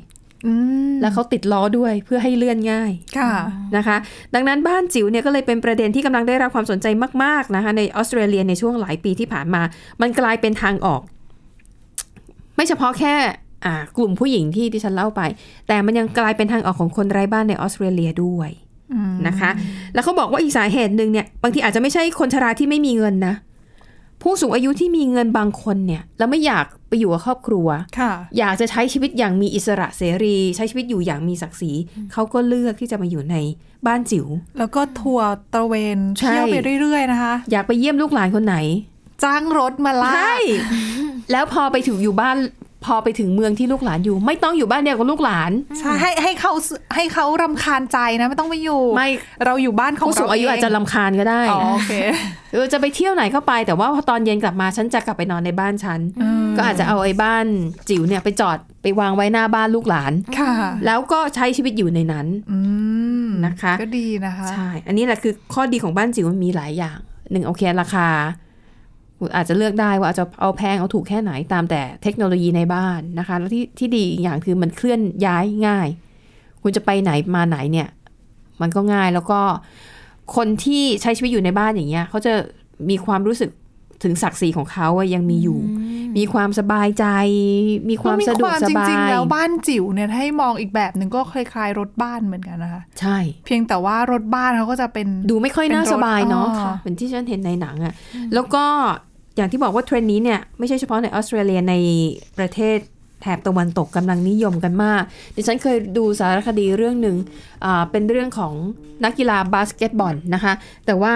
[SPEAKER 2] อืม
[SPEAKER 1] แล้วเขาติดล้อด้วยเพื่อให้เลื่อนง่าย
[SPEAKER 2] ค่ะ
[SPEAKER 1] นะคะ ดังนั้นบ้านจิ๋วเนี่ยก็เลยเป็นประเด็นที่กำลังได้รับความสนใจมาก ๆ นะคะ ในออสเตรเลียในช่วงหลายปีที่ผ่านมา มันกลายเป็นทางออก ไม่เฉพาะแค่อ่ากลุ่มผู้หญิงที่ดิฉันเล่าไป แต่มันยังกลายเป็นทางออกของคนไร้บ้านในออสเตรเลียด้วย
[SPEAKER 2] อืม
[SPEAKER 1] นะคะ แล้วเขาบอกว่าอีกสาเหตุหนึ่งเนี่ยบางทีอาจจะไม่ใช่คนชราที่ไม่มีเงินนะ ผู้สูงอายุที่มีเงินบางคนเนี่ย แล้วไม่อยากไปอยู่กับครอบครัว
[SPEAKER 2] ค่ะ
[SPEAKER 1] อยากจะใช้ชีวิตอย่างมีอิสระเสรี ใช้ชีวิตอยู่อย่างมีศักดิ์ศรีเขาก็เลือกที่จะมาอยู่ในบ้านจิ๋ว
[SPEAKER 2] แล้วก็ทัวร์ตระเวน
[SPEAKER 1] ใช่
[SPEAKER 2] เที่ยวไปเรื่อย ๆ นะคะ
[SPEAKER 1] อยากไปเยี่ยมลูกหลานคนไหน
[SPEAKER 2] จ้างรถมาลาก
[SPEAKER 1] แล้วพอไปถึงอยู่บ้านพอไปถึงเมืองที่ลูกหลานอยู่ ไม่ต้องอยู่บ้านเดียวกับลูกหลาน
[SPEAKER 2] ใช่ให้ให้เขาให้เขารำคาญใจนะ ไม่ต้องไปอยู่
[SPEAKER 1] ไม่
[SPEAKER 2] เราอยู่บ้านของ
[SPEAKER 1] ผู้
[SPEAKER 2] เรา
[SPEAKER 1] สูงอายุอาจจะลำคาญก็ได้
[SPEAKER 2] อ๋อโอเค
[SPEAKER 1] เออจะไปเที่ยวไหนก็ไป แต่ว่าพอตอนเย็นกลับมาฉันจะกลับไปนอนในบ้านฉัน ก็อาจจะเอาไอ้บ้านจิ๋วเนี่ยไปจอดไปวางไว้หน้าบ้านลูกหลาน
[SPEAKER 2] ค่ะ
[SPEAKER 1] แล้วก็ใช้ชีวิตอยู่ในนั้น
[SPEAKER 2] อืม
[SPEAKER 1] นะคะ
[SPEAKER 2] ก็ดีนะคะ
[SPEAKER 1] ใช่ อันนี้แหละคือข้อดีของบ้านจิ๋วมันมีหลายอย่าง หนึ่งโอเคราคา อาจจะเลือกได้ว่าจะเอาแพงเอาถูกแค่ไหนตามแต่เทคโนโลยีในบ้านนะคะ แล้วที่ที่ดีอีกอย่างคือมันเคลื่อนย้ายง่าย คุณจะไปไหนมาไหนเนี่ย มันก็ง่ายแล้วก็คนที่ใช้ชีวิตอยู่ในบ้านอย่างเงี้ยเขาจะมีความรู้สึกถึงศักดิ์ศรีของเขาอะยังมีอยู่ มีความสบายใจ มีความสะดวกส
[SPEAKER 2] จ
[SPEAKER 1] บา
[SPEAKER 2] ริง
[SPEAKER 1] ย
[SPEAKER 2] ๆ แล้วบ้านจิ๋วเนี่ยถ้าให้มองอีกแบบหนึ่งก็คล้ายๆรถบ้านเหมือนกันนะคะ
[SPEAKER 1] ใช่
[SPEAKER 2] เพียงแต่ว่ารถบ้านเขาก็จะเป็น
[SPEAKER 1] ดูไม่ค่อยน่า
[SPEAKER 2] เป็นรถ
[SPEAKER 1] สบายเนาะ
[SPEAKER 2] อ่า
[SPEAKER 1] ค่ะเหมือนที่ฉันเห็นในหนังอะแล้วก็อย่างที่บอกว่าเทรนด์นี้เนี่ยไม่ใช่เฉพาะในออสเตรเลียในประเทศแถบตะวันตกกำลังนิยมกันมาก ดิฉันเคยดูสารคดีเรื่องหนึ่งอ่าเป็นเรื่องของนักกีฬาบาสเกตบอลนะคะ แต่ว่า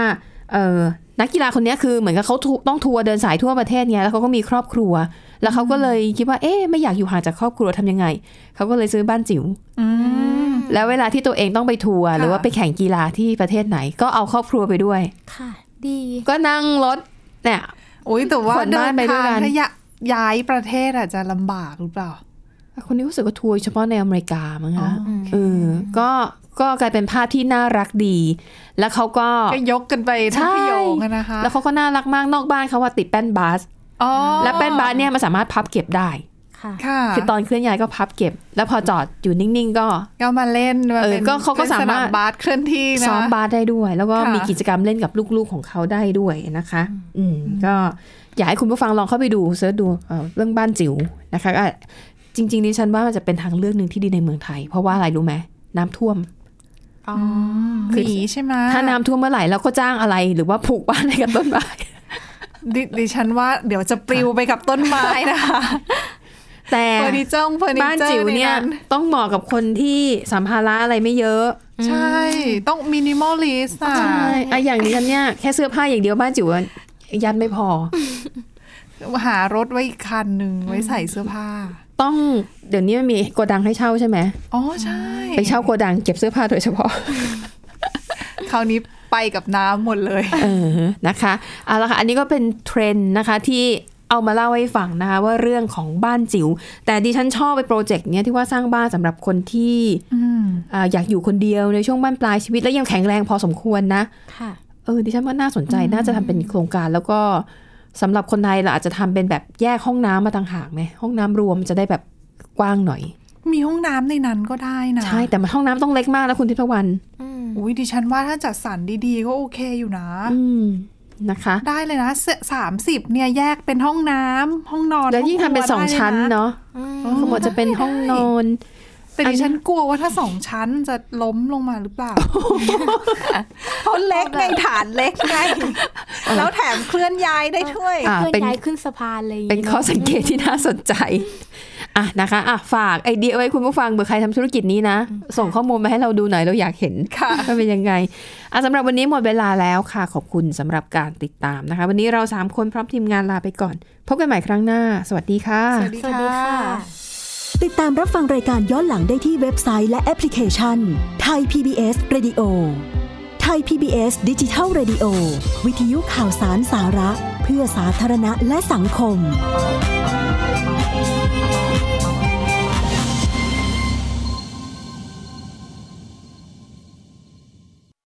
[SPEAKER 1] เอ่อนักกีฬาคนเนี้ยคือเหมือนกับเขาถูกต้องทัวร์เดินสายทั่วประเทศไงแล้วเขาก็มีครอบครัว แล้วเขาก็เลยคิดว่าเอ๊ะไม่อยากอยู่ห่างจากครอบครัวทำยังไงเขาก็เลยซื้อบ้านจิ๋ว
[SPEAKER 2] อืม
[SPEAKER 1] แล้วเวลาที่ตัวเองต้องไปทัวร์
[SPEAKER 2] ค่ะ
[SPEAKER 1] หรือว่าไปแข่งกีฬาที่ประเทศไหน ก็เอาครอบครัวไปด้วย
[SPEAKER 3] ค่ะ ดี
[SPEAKER 1] ก็นั่งรถเนี่ย
[SPEAKER 2] โอ้ยแต่ว่า
[SPEAKER 1] ขน
[SPEAKER 2] เดิ
[SPEAKER 1] บ้าน
[SPEAKER 2] น
[SPEAKER 1] ไปด้วย
[SPEAKER 2] ทาง
[SPEAKER 1] กัน
[SPEAKER 2] ถ้าย้าย้ายประเทศอาจจะลำบากหรือเปล่า
[SPEAKER 1] คนนี้รู้สึกว่าทัวร์เฉพาะในอเมริกามั้ง
[SPEAKER 2] อ๋
[SPEAKER 1] คะ
[SPEAKER 2] ออืม
[SPEAKER 1] เออก็ก็กลายเป็นภาพที่น่ารักดี แล้วเขาก็
[SPEAKER 2] ก็ยกกันไปทั้ง
[SPEAKER 1] ใช่
[SPEAKER 2] ขยงกันนะคะ
[SPEAKER 1] แล้วเขาก็น่ารักมากนอกบ้านเขาว่าติดแป้นบาส
[SPEAKER 2] อ๋อ
[SPEAKER 1] และแป้นบาสเนี่ยมันสามารถพับเก็บได้
[SPEAKER 3] ค่ะ
[SPEAKER 2] ค่ะ
[SPEAKER 1] คือตอนเคลื่อนย้ายก็พับเก็บ แล้วพอจอดอยู่นิ่งๆก็
[SPEAKER 2] ก็มาเล่นมา
[SPEAKER 1] เออ
[SPEAKER 2] เป็น
[SPEAKER 1] ก็เขาก็
[SPEAKER 2] ป็น
[SPEAKER 1] สามารถ
[SPEAKER 2] นบาสเคลื่อนที่นะ
[SPEAKER 1] ซ้อมบาสได้ด้วย แล้วก็
[SPEAKER 2] ค่ะ
[SPEAKER 1] มีกิจกรรมเล่นกับลูกๆของเขาได้ด้วยนะคะ อืมก็อยากให้คุณผู้ฟังลองเข้าไปดูเสิร์ชดูเอ่อเรื่องบ้านจิ๋วนะคะก็จริงๆดิฉันว่ามันจะเป็นทางเลือกหนึ่งที่ดีในเมืองไทย เพราะว่าอะไรรู้ไหมน้ำท่วม
[SPEAKER 2] อ๋อหนีใช่ไหม
[SPEAKER 1] ถ้าน้ำท่วมเมื่อไหร่เราก็จ้างอะไรหรือว่าผูกบ้านให้กับต้นไม้
[SPEAKER 2] ดิดิฉันว่าเดี๋ยวจะปลิวไปกับต้นไม้นะคะ
[SPEAKER 1] แต่
[SPEAKER 2] เฟอร์นิเจอร์เฟอร์นิเจอร์
[SPEAKER 1] บ้านจิ๋วเนี่ย
[SPEAKER 2] ใ
[SPEAKER 1] ต้องเหมาะกับคนที่สัมภาระอะไรไม่เยอะ
[SPEAKER 2] ใช่ ต้องมินิมอลลิสต์อ่ะ
[SPEAKER 1] ไอะอย่างนี้ฉันเนี่ยแค่เสื้อผ้าอย่างเดียวบ้านจิ๋วยัดไม่พอ
[SPEAKER 2] หารถไว้อีกคันหนึ่งไว้ใส่เสื้อผ้า
[SPEAKER 1] ต้องเดี๋ยวนี้มันมีโกดังให้เช่าใช่ไหม
[SPEAKER 2] อ๋อใช่
[SPEAKER 1] ไปเช่าโกดังเก็บเสื้อผ้าโดยเฉพาะ
[SPEAKER 2] คราวนี้ไปกับน้ำหมดเลย
[SPEAKER 1] เออนะคะเอาละค่ะอันนี้ก็เป็นเทรนด์นะคะที่เอามาเล่าให้ฟังนะคะว่าเรื่องของบ้านจิ๋วแต่ดิฉันชอบไปโปรเจกต์เนี้ยที่ว่าสร้างบ้านสำหรับคนที่
[SPEAKER 2] อืม
[SPEAKER 1] อาอยากอยู่คนเดียวในช่วงบ้านปลายชีวิตและยังแข็งแรงพอสมควรนะ
[SPEAKER 3] ค่ะ
[SPEAKER 1] เออดิฉันว่าน่าสนใจน่าจะทำเป็นโครงการแล้วก็สำหรับคนไทยเราอาจจะทำเป็นแบบแยกห้องน้ำมาต่างหากไหมห้องน้ำรวมจะได้แบบกว้างหน่อย
[SPEAKER 2] มีห้องน้ำในนั้นก็ได้นะ
[SPEAKER 1] ใช่แต่มันห้องน้ำต้องเล็กมากนะคุณทิพวรรณ
[SPEAKER 3] อืม
[SPEAKER 2] อุ้ยดิฉันว่าถ้าจัดสรรดีๆ ก็โอเคอยู่นะ
[SPEAKER 1] อืมนะคะ
[SPEAKER 2] ได้เลยนะสามสิบเนี่ยแยกเป็นห้องน้ำห้องนอน
[SPEAKER 1] แล้วยิ่งทำเป็นสองชั้นเนาะ
[SPEAKER 2] ห้อง
[SPEAKER 1] ข
[SPEAKER 2] ครั
[SPEAKER 1] ม
[SPEAKER 2] ว
[SPEAKER 1] วดจะเป็นห้องนอน
[SPEAKER 2] แต่ดิฉันกลัวว่าถ้าสองชั้นจะล้มลงมาหรือเปล่า เพราะเล็กไงฐานเล็กไงแล้วแถมเคลื่อนย้ายได้ด้วย
[SPEAKER 1] อ่า
[SPEAKER 3] เคลื่อน
[SPEAKER 1] เป็น
[SPEAKER 3] ย้ายขึ้นสะพานอะไรอย่าง
[SPEAKER 1] เป็น
[SPEAKER 3] งี้ย
[SPEAKER 1] ข้อสังเกตที่น่าสนใจ อ่ะนะคะอ่ะฝากไอเดียไว้คุณผู้ฟังเบื่อใครทำธุรกิจนี้นะ ส่งข้อมูลมาให้เราดูหน่อยเราอยากเห็นค่ะเป็นยังไงอ่ะสำหรับวันนี้หมดเวลาแล้วค่ะ ขอบคุณสำหรับการติดตามนะคะ วันนี้เรา 3 คนพร้อมทีมงานลาไปก่อน พบกันใหม่ครั้งหน้า สวัสดีค่ะ
[SPEAKER 3] สวัสดีค่ะ
[SPEAKER 7] ติดตามรับฟังรายการย้อนหลังได้ที่เว็บไซต์และแอปพลิเคชันไทย PBS Radio ไทย PBS ดิจิทัล Radio วิทยุข่าวสารสาระ เพื่อสาธารณะและสังคม